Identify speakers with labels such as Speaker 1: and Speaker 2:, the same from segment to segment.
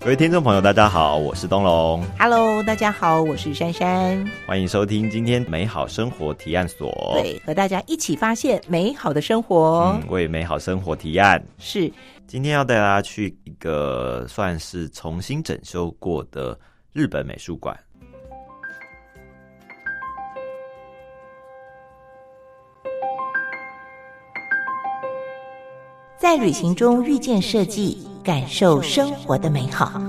Speaker 1: 各位听众朋友，大家好，我是东龙，
Speaker 2: Hello，大家好，我是珊珊。
Speaker 1: 欢迎收听今天美好生活提案所。
Speaker 2: 对，和大家一起发现美好的生活。
Speaker 1: 哦嗯，为美好生活提案。
Speaker 2: 是
Speaker 1: 今天要带大家去一个算是重新整修过的日本美术馆。
Speaker 2: 在旅行中遇见设计，感受生活的美好。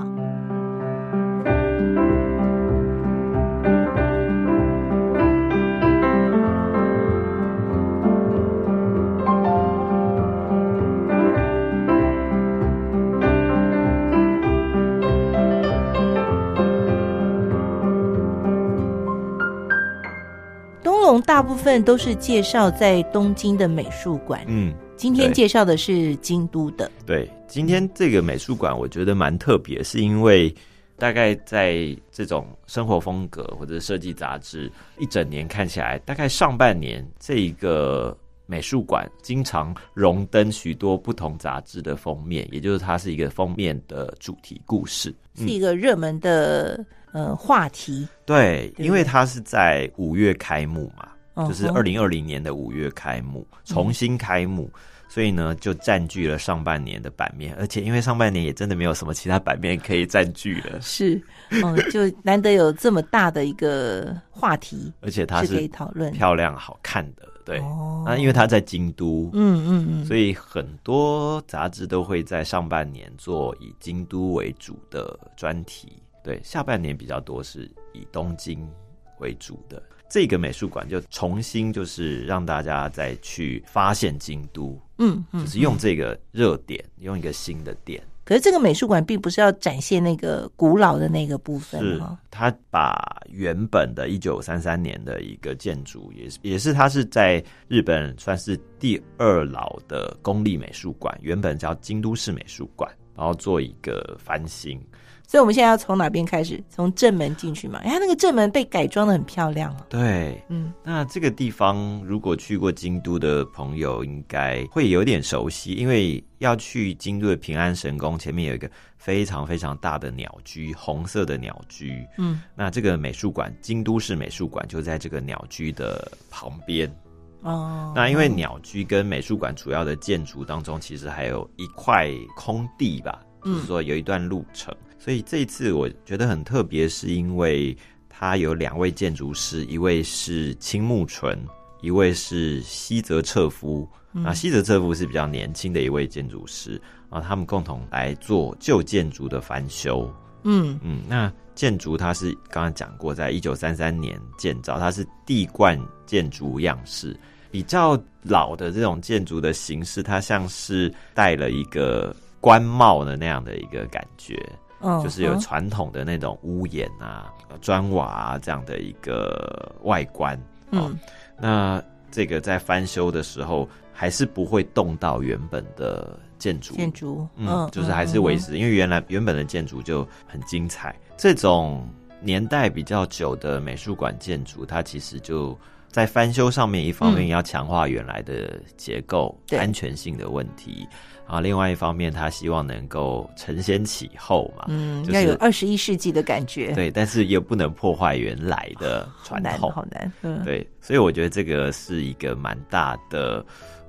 Speaker 2: 东龙大部分都是介绍在东京的美术馆，
Speaker 1: 嗯，
Speaker 2: 今天
Speaker 1: 对
Speaker 2: 介绍的是京都的，
Speaker 1: 对，今天这个美术馆我觉得蛮特别，是因为大概在这种生活风格或者设计杂志一整年看起来，大概上半年这一个美术馆经常荣登许多不同杂志的封面，也就是它是一个封面的主题故事。
Speaker 2: 是一个热门的呃话题。
Speaker 1: 对，
Speaker 2: 对
Speaker 1: 因为它是在五月开幕嘛，
Speaker 2: 嗯
Speaker 1: 就是
Speaker 2: 哼嗯
Speaker 1: 二零二零年的五月开幕，重新开幕，所以呢就占据了上半年的版面，而且因为上半年也真的没有什么其他版面可以占据 了，
Speaker 2: 是，嗯，就难得有这么大的一个话题
Speaker 1: 而且它
Speaker 2: 是可以
Speaker 1: 是
Speaker 2: 讨论。
Speaker 1: 漂亮好看的，对，
Speaker 2: 哦
Speaker 1: 那、因为它在京都。
Speaker 2: 嗯嗯嗯，
Speaker 1: 所以很多杂志都会在上半年做以京都为主的专题，对，下半年比较多是以东京为主的。这个美术馆就重新就是让大家再去发现京都，
Speaker 2: 嗯
Speaker 1: 就
Speaker 2: 嗯，
Speaker 1: 是用这个热点，用一个新的点，
Speaker 2: 可是这个美术馆并不是要展现那个古老的那个部分
Speaker 1: 是
Speaker 2: 哈，
Speaker 1: 他把原本的1933年的一个建筑，也是也是它是在日本算是第二老的公立美术馆，原本叫京都市美术馆，然后做一个翻新。
Speaker 2: 所以我们现在要从哪边开始？从正门进去嘛，哎，它那个正门被改装的很漂亮哦。
Speaker 1: 对，
Speaker 2: 嗯，
Speaker 1: 那这个地方如果去过京都的朋友，应该会有点熟悉，因为要去京都的平安神宫前面有一个非常非常大的鸟居，红色的鸟居。
Speaker 2: 嗯，
Speaker 1: 那这个美术馆，京都市美术馆就在这个鸟居的旁边。
Speaker 2: 哦，
Speaker 1: 那因为鸟居跟美术馆主要的建筑当中，其实还有一块空地吧，
Speaker 2: 嗯
Speaker 1: 就是说有一段路程。所以这一次我觉得很特别，是因为它有两位建筑师，一位是青木纯，一位是西泽彻夫。
Speaker 2: 嗯
Speaker 1: 啊，西泽彻夫是比较年轻的一位建筑师啊，他们共同来做旧建筑的翻修。
Speaker 2: 嗯
Speaker 1: 嗯，那建筑它是刚刚讲过，在一九三三年建造，它是地冠建筑样式，比较老的这种建筑的形式，它像是戴了一个官帽的那样的一个感觉，
Speaker 2: 嗯，
Speaker 1: 就是有
Speaker 2: 嗯
Speaker 1: 传统的那种屋檐啊、呃砖瓦啊这样的一个外观。哦
Speaker 2: 嗯
Speaker 1: 那这个在翻修的时候，还是不会动到原本的建筑
Speaker 2: 建筑，
Speaker 1: 嗯，就是还是维持，因为原来原本的建筑就很精彩。这种年代比较久的美术馆建筑，它其实就在翻修上面，一方面
Speaker 2: 嗯
Speaker 1: 要强化原来的结构、
Speaker 2: 对
Speaker 1: 安全性的问题，然后另外一方面，它希望能够承先启后嘛。
Speaker 2: 嗯，
Speaker 1: 啊就是
Speaker 2: 要有二十一世纪的感觉，
Speaker 1: 对，但是又不能破坏原来的
Speaker 2: 好
Speaker 1: 传
Speaker 2: 难，
Speaker 1: 统，
Speaker 2: 好难，嗯，
Speaker 1: 对，所以我觉得这个是一个蛮大的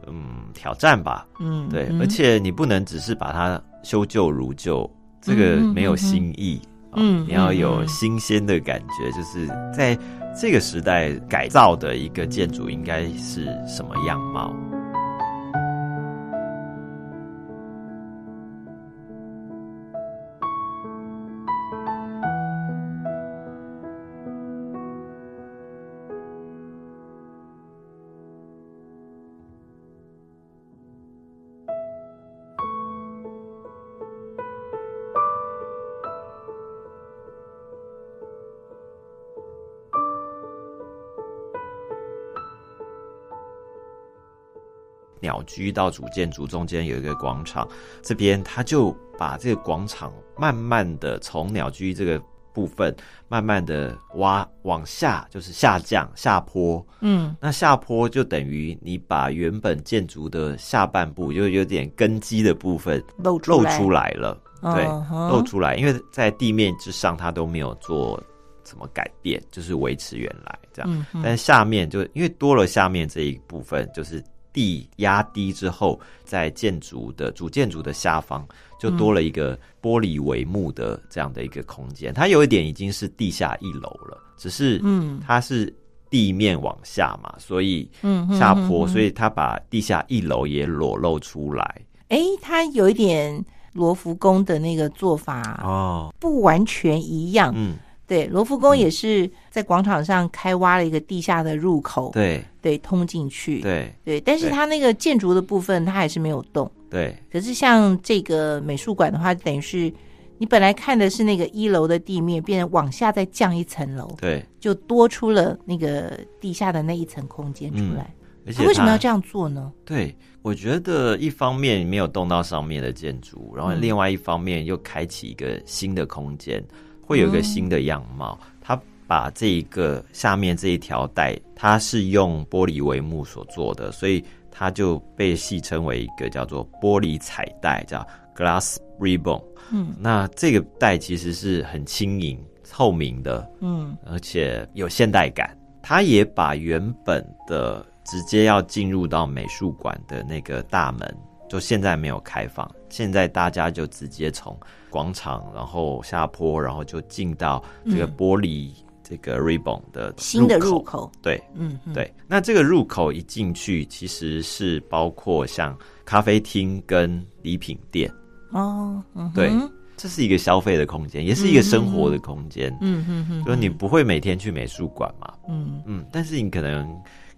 Speaker 1: 嗯挑战吧。
Speaker 2: 嗯，
Speaker 1: 对，
Speaker 2: 嗯
Speaker 1: 而且你不能只是把它修旧如旧，这
Speaker 2: 嗯
Speaker 1: 个没有新意。
Speaker 2: 嗯
Speaker 1: 啊
Speaker 2: 嗯嗯
Speaker 1: 你要有新鲜的感觉，就是在这个时代改造的一个建筑应该是什么样貌？鸟居到主建筑中间有一个广场，这边他就把这个广场慢慢的从鸟居这个部分慢慢的挖往下，就是下降下坡，
Speaker 2: 嗯
Speaker 1: 那下坡就等于你把原本建筑的下半部，就有点根基的部分
Speaker 2: 露出
Speaker 1: 露
Speaker 2: 来
Speaker 1: 出来了。对
Speaker 2: 嗯哼
Speaker 1: 露出来，因为在地面之上它都没有做什么改变，就是维持原来这样。
Speaker 2: 嗯哼
Speaker 1: 但是下面就因为多了下面这一部分，就是地压低之后，在建筑的主建筑的下方就多了一个玻璃帷幕的这样的一个空间，它有一点已经是地下一楼了，只是
Speaker 2: 嗯
Speaker 1: 它是地面往下嘛，所以
Speaker 2: 嗯哼
Speaker 1: 下坡，所
Speaker 2: 以
Speaker 1: 以它把地下一楼也裸露出来
Speaker 2: 哎，它有一点罗浮宫的那个做法、
Speaker 1: 哦，
Speaker 2: 不完全一样。
Speaker 1: 嗯，
Speaker 2: 对，罗浮宫
Speaker 1: 嗯
Speaker 2: 也是在广场上开挖了一个地下的入口，
Speaker 1: 对
Speaker 2: 对，通进去。
Speaker 1: 对
Speaker 2: 对，但是
Speaker 1: 对
Speaker 2: 它那个建筑的部分，它还是没有动。
Speaker 1: 对
Speaker 2: 可是像这个美术馆的话，等于是你本来看的是那个一楼的地面，变成往下再降一层楼，
Speaker 1: 对，
Speaker 2: 就多出了那个地下的那一层空间出来。
Speaker 1: 嗯而
Speaker 2: 它
Speaker 1: 且
Speaker 2: 为什么要这
Speaker 1: 样？
Speaker 2: 样做呢？
Speaker 1: 对，我觉得一方面没有动到上面的建筑，然后
Speaker 2: 嗯
Speaker 1: 另外一方面又开启一个新的空间，会有一个新的样貌。它把这一个下面这一条带，它是用玻璃帷幕所做的，所以它就被戏称为一个叫做玻璃彩带，叫 glass ribbon。
Speaker 2: 嗯
Speaker 1: 那这个带其实是很轻盈、透明的，
Speaker 2: 嗯
Speaker 1: 而且有现代感。它也把原本的直接要进入到美术馆的那个大门，就现在没有开放，现在大家就直接从广场，然后下坡，然后就进到这个
Speaker 2: 嗯
Speaker 1: 玻璃、这个 ribbon 的
Speaker 2: 新的
Speaker 1: 入
Speaker 2: 入
Speaker 1: 口。
Speaker 2: 口，
Speaker 1: 对，
Speaker 2: 嗯，嗯，
Speaker 1: 对，那这个入口一进去，其实是包括像咖啡厅跟礼品店，
Speaker 2: 哦，嗯哼
Speaker 1: 对这是一个消费的空间，也是一个生活的空间。
Speaker 2: 嗯嗯嗯，
Speaker 1: 就是你不会每天去美术馆嘛，
Speaker 2: 嗯
Speaker 1: 嗯，但是你可能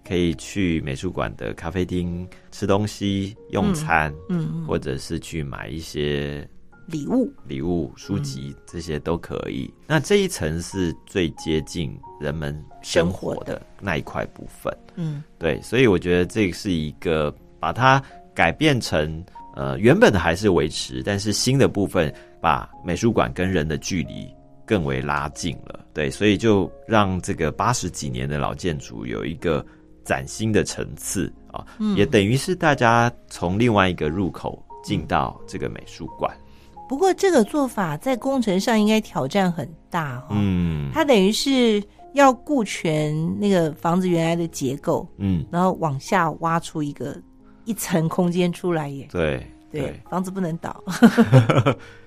Speaker 1: 可以去美术馆的咖啡厅吃东西、用餐，
Speaker 2: 嗯嗯
Speaker 1: 或者是去买一些
Speaker 2: 礼物，
Speaker 1: 礼物、书籍，
Speaker 2: 嗯
Speaker 1: 这些都可以。那这一层是最接近人们生活
Speaker 2: 生活
Speaker 1: 的那一块部分。
Speaker 2: 嗯
Speaker 1: 对，所以我觉得这是一个把它改变成呃原本的还是维持，但是新的部分把美术馆跟人的距离更为拉近了。对，所以就让这个八十几年的老建筑有一个崭新的层次啊，
Speaker 2: 嗯，
Speaker 1: 也等于是大家从另外一个入口进到这个美术馆。
Speaker 2: 不过这个做法在工程上应该挑战很大哦。
Speaker 1: 嗯
Speaker 2: 它等于是要顾全那个房子原来的结构，
Speaker 1: 嗯，
Speaker 2: 然后往下挖出一个一层空间出来耶。
Speaker 1: 对
Speaker 2: 对，房子不能倒。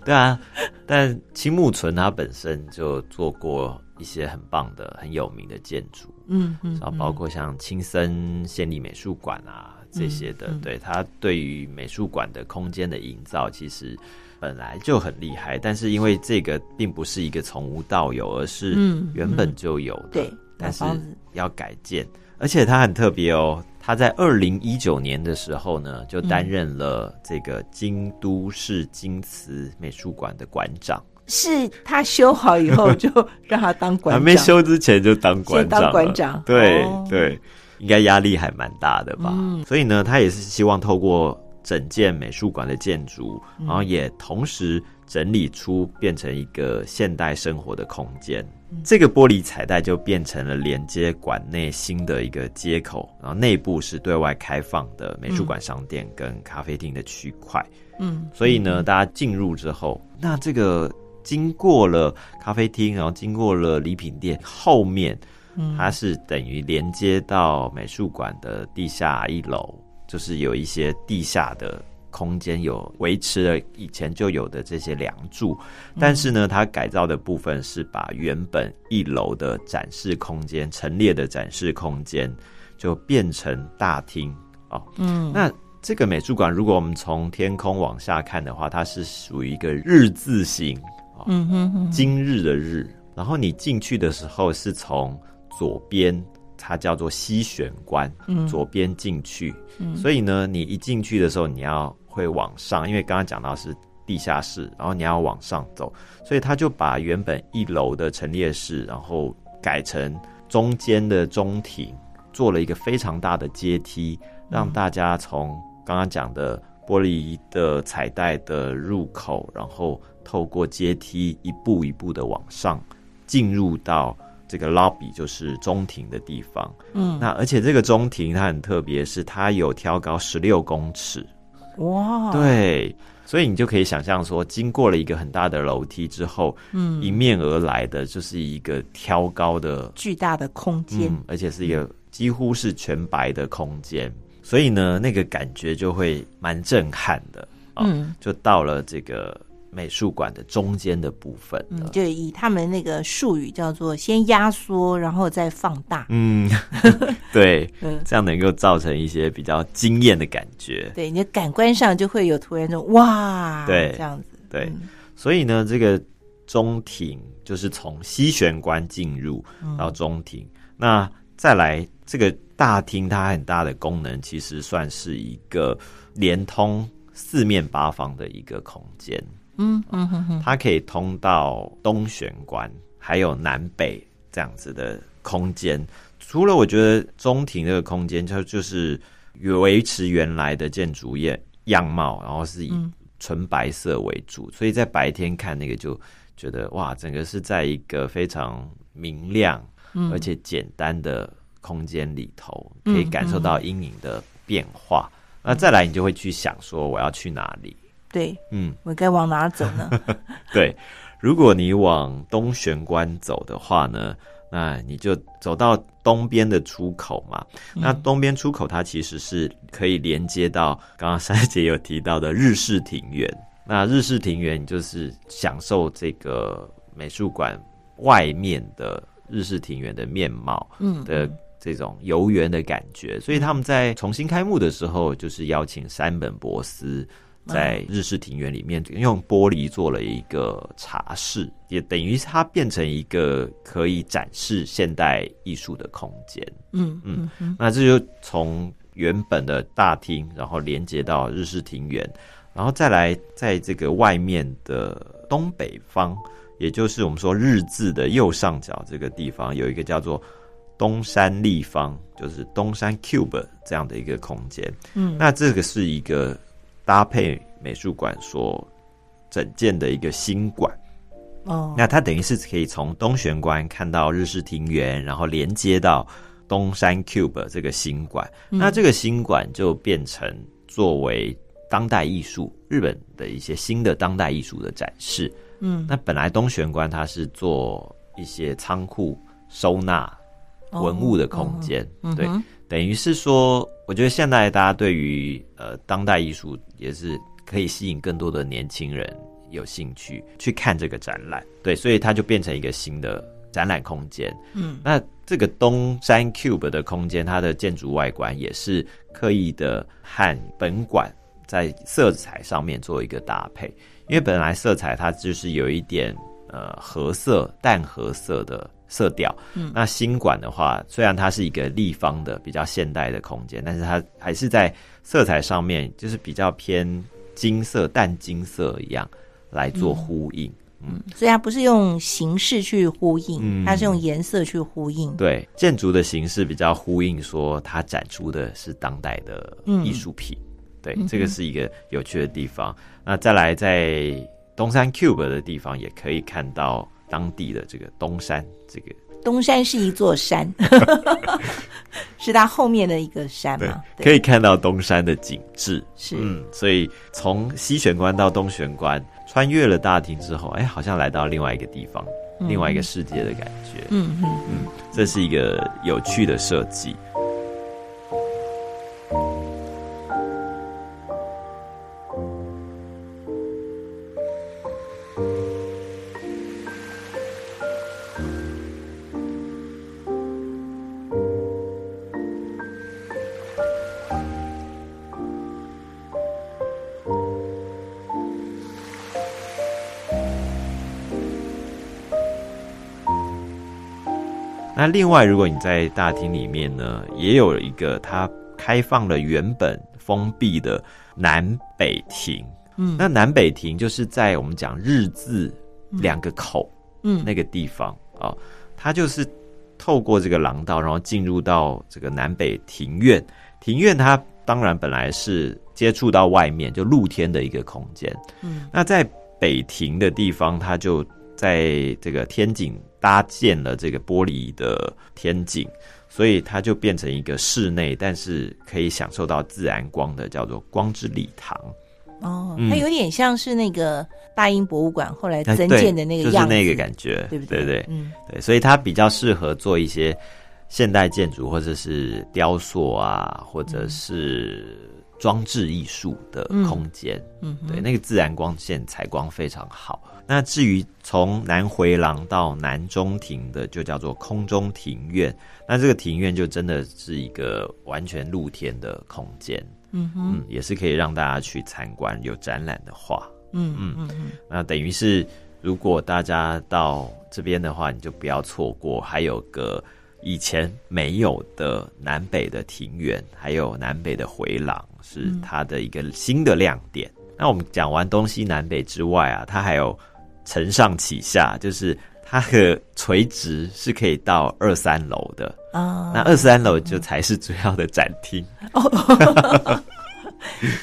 Speaker 1: 对啊，但青木纯他本身就做过一些很棒的、很有名的建筑，
Speaker 2: 嗯嗯，
Speaker 1: 然后包括像青森县立美术馆啊这些的，
Speaker 2: 嗯嗯
Speaker 1: 对他对于美术馆的空间的营造，其实本来就很厉害，但是因为这个并不是一个从无到有，而是
Speaker 2: 嗯
Speaker 1: 原本就有的，
Speaker 2: 对，
Speaker 1: 但是
Speaker 2: 把房子
Speaker 1: 要改建，而且他很特别哦。他在二零一九年的时候呢，就
Speaker 2: 嗯
Speaker 1: 担任了这个京都市京瓷美术馆的馆长。
Speaker 2: 是他修好以后就让他当馆
Speaker 1: 还
Speaker 2: 长，
Speaker 1: 没修之前就当馆
Speaker 2: 先
Speaker 1: 长了，
Speaker 2: 当馆长。
Speaker 1: 对、
Speaker 2: 哦，
Speaker 1: 对，应该压力还蛮大的吧？
Speaker 2: 嗯
Speaker 1: 所以呢，他也是希望透过整件美术馆的建筑，
Speaker 2: 嗯
Speaker 1: 然后也同时整理出变成一个现代生活的空间。
Speaker 2: 嗯
Speaker 1: 这个玻璃彩带就变成了连接馆内新的一个接口，然后内部是对外开放的美术馆商店跟咖啡厅的区块。
Speaker 2: 嗯，
Speaker 1: 所以呢，大家进入之后，那这个经过了咖啡厅，然后经过了礼品店，后面
Speaker 2: 嗯，
Speaker 1: 它是等于连接到美术馆的地下一楼，就是有一些地下的空间有维持了以前就有的这些梁柱，但是呢，它改造的部分是把原本一楼的展示空间陈列的展示空间就变成大厅哦，
Speaker 2: 嗯
Speaker 1: 那这个美术馆，如果我们从天空往下看的话，它是属于一个日字形，
Speaker 2: 嗯哼哼，
Speaker 1: 今日的日。然后你进去的时候是从左边，它叫做西玄关，
Speaker 2: 嗯
Speaker 1: 左边进去。
Speaker 2: 嗯
Speaker 1: 所以呢，你一进去的时候，你要会往上，因为刚刚讲到是地下室，然后你要往上走，所以他就把原本一楼的陈列室，然后改成中间的中庭，做了一个非常大的阶梯，
Speaker 2: 嗯
Speaker 1: 让大家从刚刚讲的玻璃的彩带的入口，然后透过阶梯一步一步的往上，进入到这个 lobby，就是中庭的地方。
Speaker 2: 嗯，
Speaker 1: 那而且这个中庭它很特别，是它有挑高十六公尺，
Speaker 2: 哇，，
Speaker 1: 对，所以你就可以想象说，经过了一个很大的楼梯之后，
Speaker 2: 嗯，
Speaker 1: 迎面而来的就是一个挑高的，
Speaker 2: 巨大的空间，
Speaker 1: 嗯，而且是一个几乎是全白的空间，所以呢，那个感觉就会蛮震撼的。哦
Speaker 2: 嗯
Speaker 1: 就到了这个美术馆的中间的部分
Speaker 2: 嗯，
Speaker 1: 了。
Speaker 2: 就以他们那个术语叫做先压缩，然后再放大，
Speaker 1: 嗯， 对，
Speaker 2: 嗯，
Speaker 1: 这样能够造成一些比较惊艳的感觉。
Speaker 2: 对，你的感官上就会有突然这种哇，
Speaker 1: 对
Speaker 2: 这样子，
Speaker 1: 对，
Speaker 2: 嗯
Speaker 1: 所以呢，这个中庭就是从西玄关进入
Speaker 2: 嗯
Speaker 1: 到中庭，那再来这个大厅，它很大的功能其实算是一个连通四面八方的一个空间，
Speaker 2: 嗯嗯哼哼，
Speaker 1: 它可以通到东玄关，还有南北这样子的空间。除了我觉得中庭这个空间，它就是维持原来的建筑业样貌，然后是以
Speaker 2: 嗯
Speaker 1: 纯白色为主，所以在白天看那个就觉得哇，整个是在一个非常明亮
Speaker 2: 嗯
Speaker 1: 而且简单的空间里头，可
Speaker 2: 嗯
Speaker 1: 以感受到阴影的变化。那再来，你就会去想说我要去哪里？
Speaker 2: 对
Speaker 1: 嗯，
Speaker 2: 我该往哪儿走 呢？
Speaker 1: 对，如果你往东玄关走的话呢，那你就走到东边的出口嘛。那东边出口它其实是可以连接到刚刚珊姐有提到的日式庭园。那日式庭园就是享受这个美术馆外面的日式庭园的面貌
Speaker 2: 嗯，
Speaker 1: 的这种游园的感觉，所以他们在重新开幕的时候，就是邀请山本博司在
Speaker 2: 嗯
Speaker 1: 日式庭园里面用玻璃做了一个茶室，也等于它变成一个可以展示现代艺术的空间。
Speaker 2: 嗯
Speaker 1: 嗯
Speaker 2: 嗯嗯
Speaker 1: 那这就从原本的大厅，然后连接到日式庭园，然后再来在这个外面的东北方，也就是我们说日字的右上角这个地方，有一个叫做东山立方，就是东山 Cube 这样的一个空间。
Speaker 2: 嗯，
Speaker 1: 那这个是一个搭配美术馆所整建的一个新馆。
Speaker 2: 哦，
Speaker 1: 那它等于是可以从东玄关看到日式庭园，然后连接到东山 Cube 这个新馆。
Speaker 2: 嗯
Speaker 1: 那这个新馆就变成作为当代艺术日本的一些新的当代艺术的展示。
Speaker 2: 嗯
Speaker 1: 那本来东玄关它是做一些仓库收纳文物的空，间，
Speaker 2: 哦嗯
Speaker 1: 对，
Speaker 2: 哼
Speaker 1: 等于是说，我觉得现在大家对于呃当代艺术也是可以吸引更多的年轻人有兴趣去看这个展览，对，所以它就变成一个新的展览空间。
Speaker 2: 嗯
Speaker 1: 那这个东山 Cube 的空间，它的建筑外观也是刻意的和本馆在色彩上面做一个搭配，因为本来色彩它就是有一点呃褐色、淡褐色的色调。
Speaker 2: 嗯
Speaker 1: 那新馆的话，虽然它是一个立方的比较现代的空间，但是它还是在色彩上面就是比较偏金色、淡金色一样来做呼应。
Speaker 2: 所以它不是用形式去呼应，
Speaker 1: 嗯
Speaker 2: 它是用颜色去呼应。
Speaker 1: 对，建筑的形式比较呼应说它展出的是当代的艺术品，对，这个是一个有趣的地方。那再来在东山 Cube 的地方，也可以看到当地的这个东山这个
Speaker 2: 东山是一 座山，是它后面的一个山嘛？
Speaker 1: 可
Speaker 2: 以
Speaker 1: 以看到东山的景致。
Speaker 2: 是
Speaker 1: 嗯，所以从西玄关到东玄关，穿越了大厅之后，哎，好像来到另外一个地方，另外一个世界的感觉。
Speaker 2: 嗯嗯
Speaker 1: 这是一个有趣的设计。那另外，如果你在大厅里面呢，也有一个它开放了原本封闭的南北亭。
Speaker 2: 嗯
Speaker 1: 那南北亭就是在我们讲日字两个口
Speaker 2: 嗯
Speaker 1: 那个地方啊、哦它就是透过这个廊道，然后进入到这个南北庭院。庭院它当然本来是接触到外面，就露天的一个空间。
Speaker 2: 嗯
Speaker 1: 那在北庭的地方，它就在这个天井搭建了这个玻璃的天井，所以它就变成一个室内，但是可以享受到自然光的，叫做光之礼堂。
Speaker 2: 哦，
Speaker 1: 嗯
Speaker 2: 它有点像是那个大英博物馆后来
Speaker 1: 哎
Speaker 2: 增
Speaker 1: 对
Speaker 2: 建的那个
Speaker 1: 就是
Speaker 2: 样子，
Speaker 1: 那个感觉，
Speaker 2: 对不
Speaker 1: 对？
Speaker 2: 对
Speaker 1: 对
Speaker 2: 嗯，
Speaker 1: 对，所以它比较适合做一些现代建筑或者是雕塑啊，或者是装置艺术的空间。
Speaker 2: 嗯嗯哼
Speaker 1: 对，那个自然光线采光非常好。那至于从南回廊到南中庭的，就叫做空中庭院。那这个庭院就真的是一个完全露天的空间，
Speaker 2: 嗯哼
Speaker 1: 嗯，也是可以让大家去参观，有展览的话。
Speaker 2: 嗯嗯嗯嗯，
Speaker 1: 那等于是，如果大家到这边的话，你就不要错过，还有个以前没有的南北的庭园，还有南北的回廊，是
Speaker 2: 嗯
Speaker 1: 它的一个新的亮点。那我们讲完东西南北之外啊，它还有承上启下，就是它的垂直是可以到二三楼的，
Speaker 2: 啊，
Speaker 1: 那二三楼就才是主要的展厅。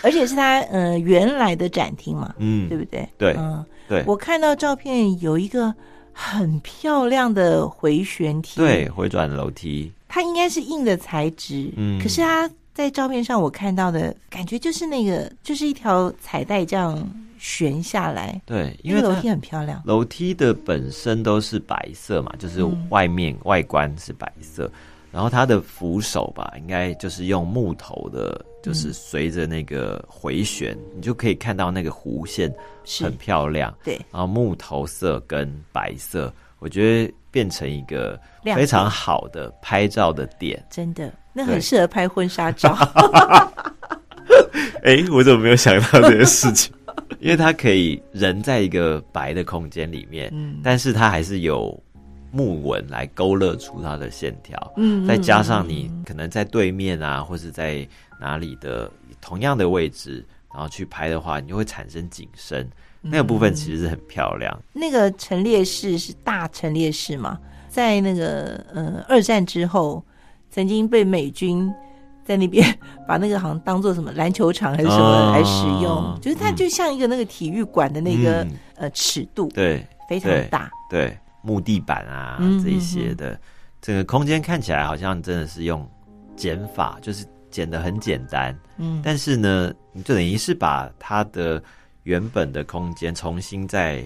Speaker 2: 而且是它呃原来的展厅嘛，
Speaker 1: 嗯
Speaker 2: 对，不对？
Speaker 1: 对
Speaker 2: 嗯，
Speaker 1: 对
Speaker 2: 我看到照片有一个很漂亮的回旋梯，
Speaker 1: 对，，回转楼梯，
Speaker 2: 它应该是硬的材质，
Speaker 1: 嗯
Speaker 2: 可是它在照片上我看到的感觉就是那个就是一条彩带这样悬下来，
Speaker 1: 对，因
Speaker 2: 因
Speaker 1: 为
Speaker 2: 为楼
Speaker 1: 它
Speaker 2: 梯很漂亮，
Speaker 1: 楼梯的本身都是白色嘛，就是
Speaker 2: 嗯
Speaker 1: 外面、外观是白色，然后它的扶手吧，应该就是用木头的，
Speaker 2: 嗯
Speaker 1: 就是随着那个回旋，你就可以看到那个弧线
Speaker 2: 是
Speaker 1: 很漂亮。
Speaker 2: 对
Speaker 1: 然后木头色跟白色，我觉得变成一个
Speaker 2: 亮
Speaker 1: 非常
Speaker 2: 点
Speaker 1: 好的拍照的点。
Speaker 2: 真的，那
Speaker 1: 对
Speaker 2: 很适合拍婚纱 照。
Speaker 1: 哎、我怎么没有想到这个事 情？因为它可以人在一个白的空间里面，
Speaker 2: 嗯
Speaker 1: 但是它还是有木纹来勾勒出它的线条，
Speaker 2: 嗯
Speaker 1: 再加上你可能在对面啊，或是在哪里的同样的位置，然后去拍的话，你就会产生景深，
Speaker 2: 嗯
Speaker 1: 那个部分其实是很漂亮。
Speaker 2: 那个陈列室是大陈列室嘛，在那个呃二战之后，曾经被美军在那边把那个好像当做什么篮球场还是什么
Speaker 1: 啊
Speaker 2: 来使用，就是它
Speaker 1: 嗯
Speaker 2: 就像一个那个体育馆的那个、
Speaker 1: 嗯
Speaker 2: 呃尺度
Speaker 1: 对
Speaker 2: 非常
Speaker 1: 对
Speaker 2: 大，
Speaker 1: 对，木地板啊
Speaker 2: 嗯
Speaker 1: 这一些的，整个空间看起来好像真的是用减法，就是剪得很简单。
Speaker 2: 嗯，
Speaker 1: 但是呢，你就等于是把它的原本的空间重新再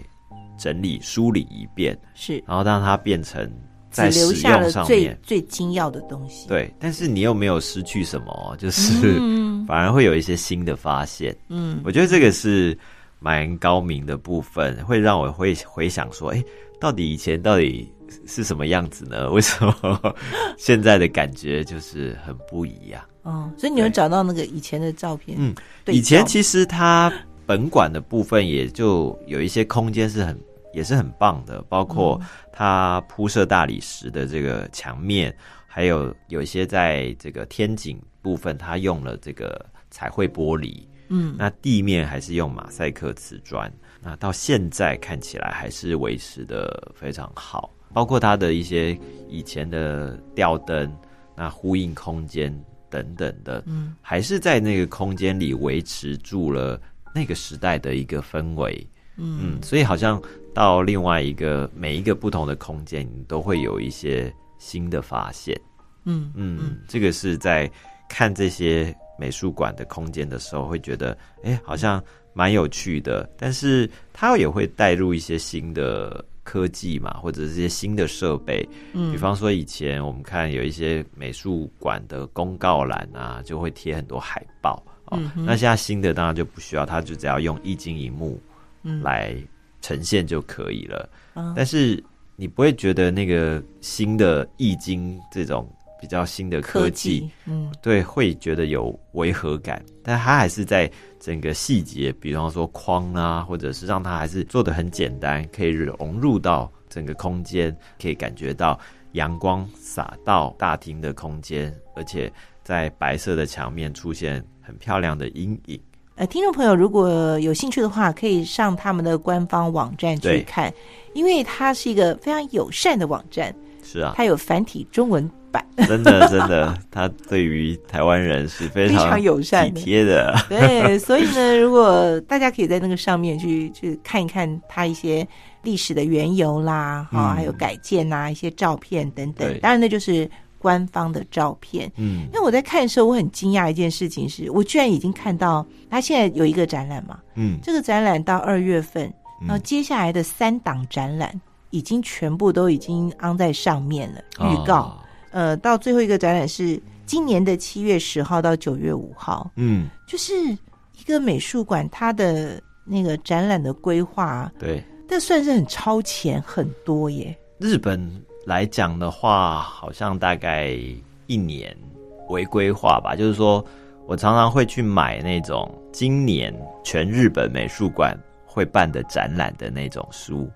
Speaker 1: 整理梳理一遍，
Speaker 2: 是
Speaker 1: 然后让它变成
Speaker 2: 只
Speaker 1: 在
Speaker 2: 留
Speaker 1: 使
Speaker 2: 下
Speaker 1: 用
Speaker 2: 了
Speaker 1: 上
Speaker 2: 最
Speaker 1: 面
Speaker 2: 最精要的东西，，
Speaker 1: 对，但是你又没有失去什么哦， 就是、
Speaker 2: 嗯
Speaker 1: 反而会有一些新的发现。
Speaker 2: 嗯
Speaker 1: 我觉得这个是蛮高明的部分，会让我会回想说，哎、到底以前到底是什么样子呢？为什么 现在的感觉就是很不一样？
Speaker 2: 哦，所以你有
Speaker 1: 对
Speaker 2: 找到那个以前的照片，
Speaker 1: 嗯
Speaker 2: 对照，
Speaker 1: 以前其实它本馆的部分也就有一些空间是很也是很棒的，包括它铺设大理石的这个墙面，还有有一些在这个天井部分，它用了这个彩绘玻璃，
Speaker 2: 嗯
Speaker 1: 那地面还是用马赛克瓷砖，那到现在看起来还是维持的非常好，包括它的一些以前的吊灯，那呼应空间等等的，
Speaker 2: 嗯，
Speaker 1: 还是在那个空间里维持住了那个时代的一个氛围，
Speaker 2: 嗯
Speaker 1: 嗯，所以好像到另外一个每一个不同的空间，你都会有一些新的发现。
Speaker 2: 嗯
Speaker 1: 嗯，这个是在看这些美术馆的空间的时候，会觉得哎、诶好像蛮有趣的，但是它也会带入一些新的科技嘛，或者是一些新的设备。
Speaker 2: 嗯
Speaker 1: 比方说，以前我们看有一些美术馆的公告栏啊，就会贴很多海报。哦
Speaker 2: 嗯哼
Speaker 1: 那现在新的当然就不需要，它就只要用一镜一幕
Speaker 2: 嗯
Speaker 1: 来呈现就可以了。
Speaker 2: 啊
Speaker 1: 但是你不会觉得那个新的易经这种比较新的科技，
Speaker 2: 科技，嗯
Speaker 1: 对，会觉得有违和感，但它还是在整个细节，比方说框啊，或者是让它还是做的很简单，可以融入到整个空间，可以感觉到阳光洒到大厅的空间，而且在白色的墙面出现很漂亮的阴影。
Speaker 2: 呃，听众朋友如果有兴趣的话，可以上他们的官方网站去
Speaker 1: 对
Speaker 2: 看，因为它是一个非常友善的网站，
Speaker 1: 是啊，
Speaker 2: 它有繁体中文版，
Speaker 1: 真的真的，它对于台湾人是非
Speaker 2: 非常
Speaker 1: 常
Speaker 2: 友善
Speaker 1: 体
Speaker 2: 的。
Speaker 1: 贴的。
Speaker 2: 对，所以呢， 如果大家可以在那个上面去去看一看它一些历史的缘由啦，哈、
Speaker 1: 嗯
Speaker 2: 啊还有改建啦、一些照片等等，
Speaker 1: 对
Speaker 2: 当然那就是。官方的照片。
Speaker 1: 嗯
Speaker 2: 那我在看的时候，我很惊讶一件事情是，我居然已经看到他现在有一个展览嘛，
Speaker 1: 嗯
Speaker 2: 这个展览到二月份，
Speaker 1: 嗯
Speaker 2: 然后接下来的三档展览已经全部都已经安在上面了，
Speaker 1: 哦
Speaker 2: 预告。呃，到最后一个展览是今年的七月十号到九月五号，
Speaker 1: 嗯，
Speaker 2: 就是一个美术馆它的那个展览的规划，
Speaker 1: 对，
Speaker 2: 这算是很超前很多耶。
Speaker 1: 日本来讲的话，好像大概一年为规划吧，就是说我常常会去买那种今年全日本美术馆会办的展览的那种书，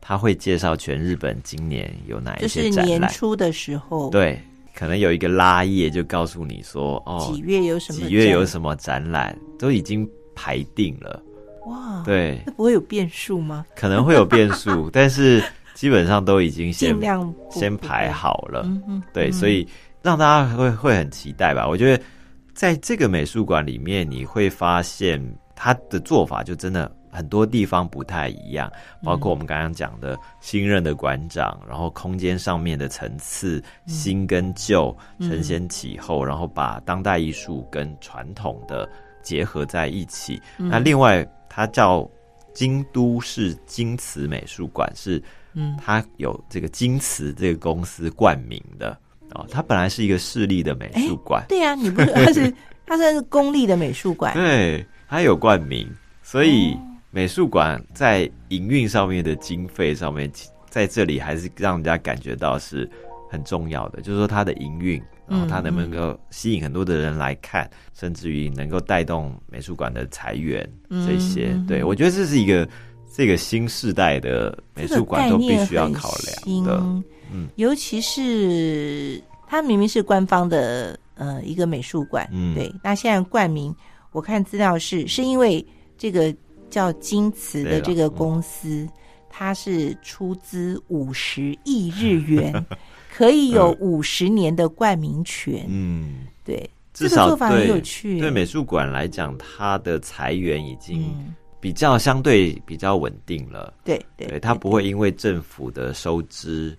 Speaker 1: 他会介绍全日本今年有哪一
Speaker 2: 就
Speaker 1: 些
Speaker 2: 是
Speaker 1: 展
Speaker 2: 年
Speaker 1: 览，
Speaker 2: 初的时候，
Speaker 1: 对，可能有一个拉页就告诉你说，哦
Speaker 2: 几，月有什么展？
Speaker 1: 几月有什么展览，都已经排定了，
Speaker 2: 哇，，
Speaker 1: 对，
Speaker 2: 那不会有变数吗？
Speaker 1: 可能会有变 数，但是基本上都已经先
Speaker 2: 尽量不
Speaker 1: 先排。好了。
Speaker 2: 不会嗯哼，
Speaker 1: 对，
Speaker 2: 嗯
Speaker 1: 所以让大家会会很期待吧。我觉得在这个美术馆里面，你会发现它的做法就真的很多地方不太一样，包括我们刚刚讲的新任的馆长，然后空间上面的层次，新跟旧承先启后，然后把当代艺术跟传统的结合在一起。那另外，它叫京都市京瓷美术馆是。
Speaker 2: 嗯
Speaker 1: 它有这个京瓷这个公司冠名的哦，它本来是一个市立的美术馆，
Speaker 2: 对啊，你不是它是 它算是公立的美术馆，
Speaker 1: 对，它有冠名，所以
Speaker 2: 哦
Speaker 1: 美术馆在营运上面的经费上面，其在这里还是让人家感觉到是很重要的，就是说它的营运，然
Speaker 2: 嗯
Speaker 1: 后它能不能够吸引很多的人来看，甚至于能够带动美术馆的财源这些，
Speaker 2: 嗯嗯嗯
Speaker 1: 对我觉得这是一个。这个新时代的美术馆都
Speaker 2: 这个概
Speaker 1: 必
Speaker 2: 念
Speaker 1: 须要
Speaker 2: 很
Speaker 1: 考量
Speaker 2: 新
Speaker 1: 的，嗯
Speaker 2: 嗯，尤其是它明明是官方的呃一个美术馆，
Speaker 1: 嗯
Speaker 2: 对，那现在冠名，我看资料是是因为这个叫京瓷
Speaker 1: 对
Speaker 2: 的
Speaker 1: 了
Speaker 2: 这个
Speaker 1: 嗯
Speaker 2: 公司，它是出资五十亿 日元，可以有五十年的冠名权，
Speaker 1: 嗯，
Speaker 2: 对，
Speaker 1: 至
Speaker 2: 这个
Speaker 1: 少
Speaker 2: 做法很
Speaker 1: 对
Speaker 2: 有趣，
Speaker 1: 对美术馆来讲，它的裁员已经
Speaker 2: 嗯，
Speaker 1: 比较相对比较稳定了，
Speaker 2: 对对
Speaker 1: 对它不会因为政府的收支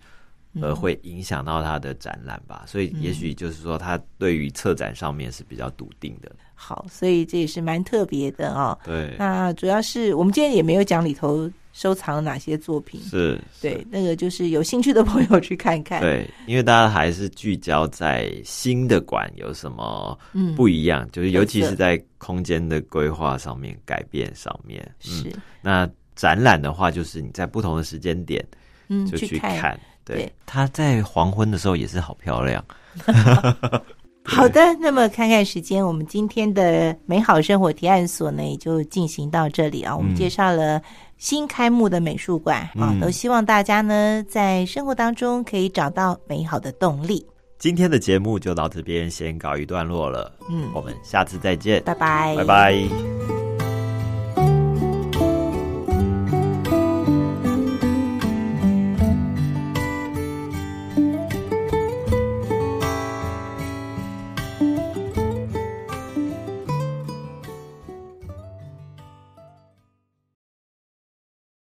Speaker 1: 而
Speaker 2: 嗯
Speaker 1: 呃会影响到它的展览吧，所以也许就是说，它对于策展上面是比较笃定的。
Speaker 2: 好，所以这也是蛮特别的哦。
Speaker 1: 对，
Speaker 2: 那主要是我们今天也没有讲里头收藏哪些作品，
Speaker 1: 是，是
Speaker 2: 对，那个就是有兴趣的朋友去看看。，
Speaker 1: 对，因为大家还是聚焦在新的馆有什么
Speaker 2: 嗯，
Speaker 1: 不一样，就是尤
Speaker 2: 特
Speaker 1: 其
Speaker 2: 色
Speaker 1: 是在空间的规划上面、改变上面。嗯，
Speaker 2: 是，
Speaker 1: 那展览的话，就是你在不同的时间点。
Speaker 2: 嗯，
Speaker 1: 就去
Speaker 2: 看。
Speaker 1: 看。对
Speaker 2: 对，
Speaker 1: 她在黄昏的时候也是好漂亮。
Speaker 2: 好的，那么看看时间，我们今天的美好生活提案所呢，也就进行到这里啊、我们介绍了新开幕的美术馆、啊
Speaker 1: 嗯，
Speaker 2: 都希望大家呢在生活当中可以找到美好的动力。
Speaker 1: 今天的节目就到这边先告一段落了，
Speaker 2: 嗯
Speaker 1: 我们下次再见，
Speaker 2: 拜拜，
Speaker 1: 拜拜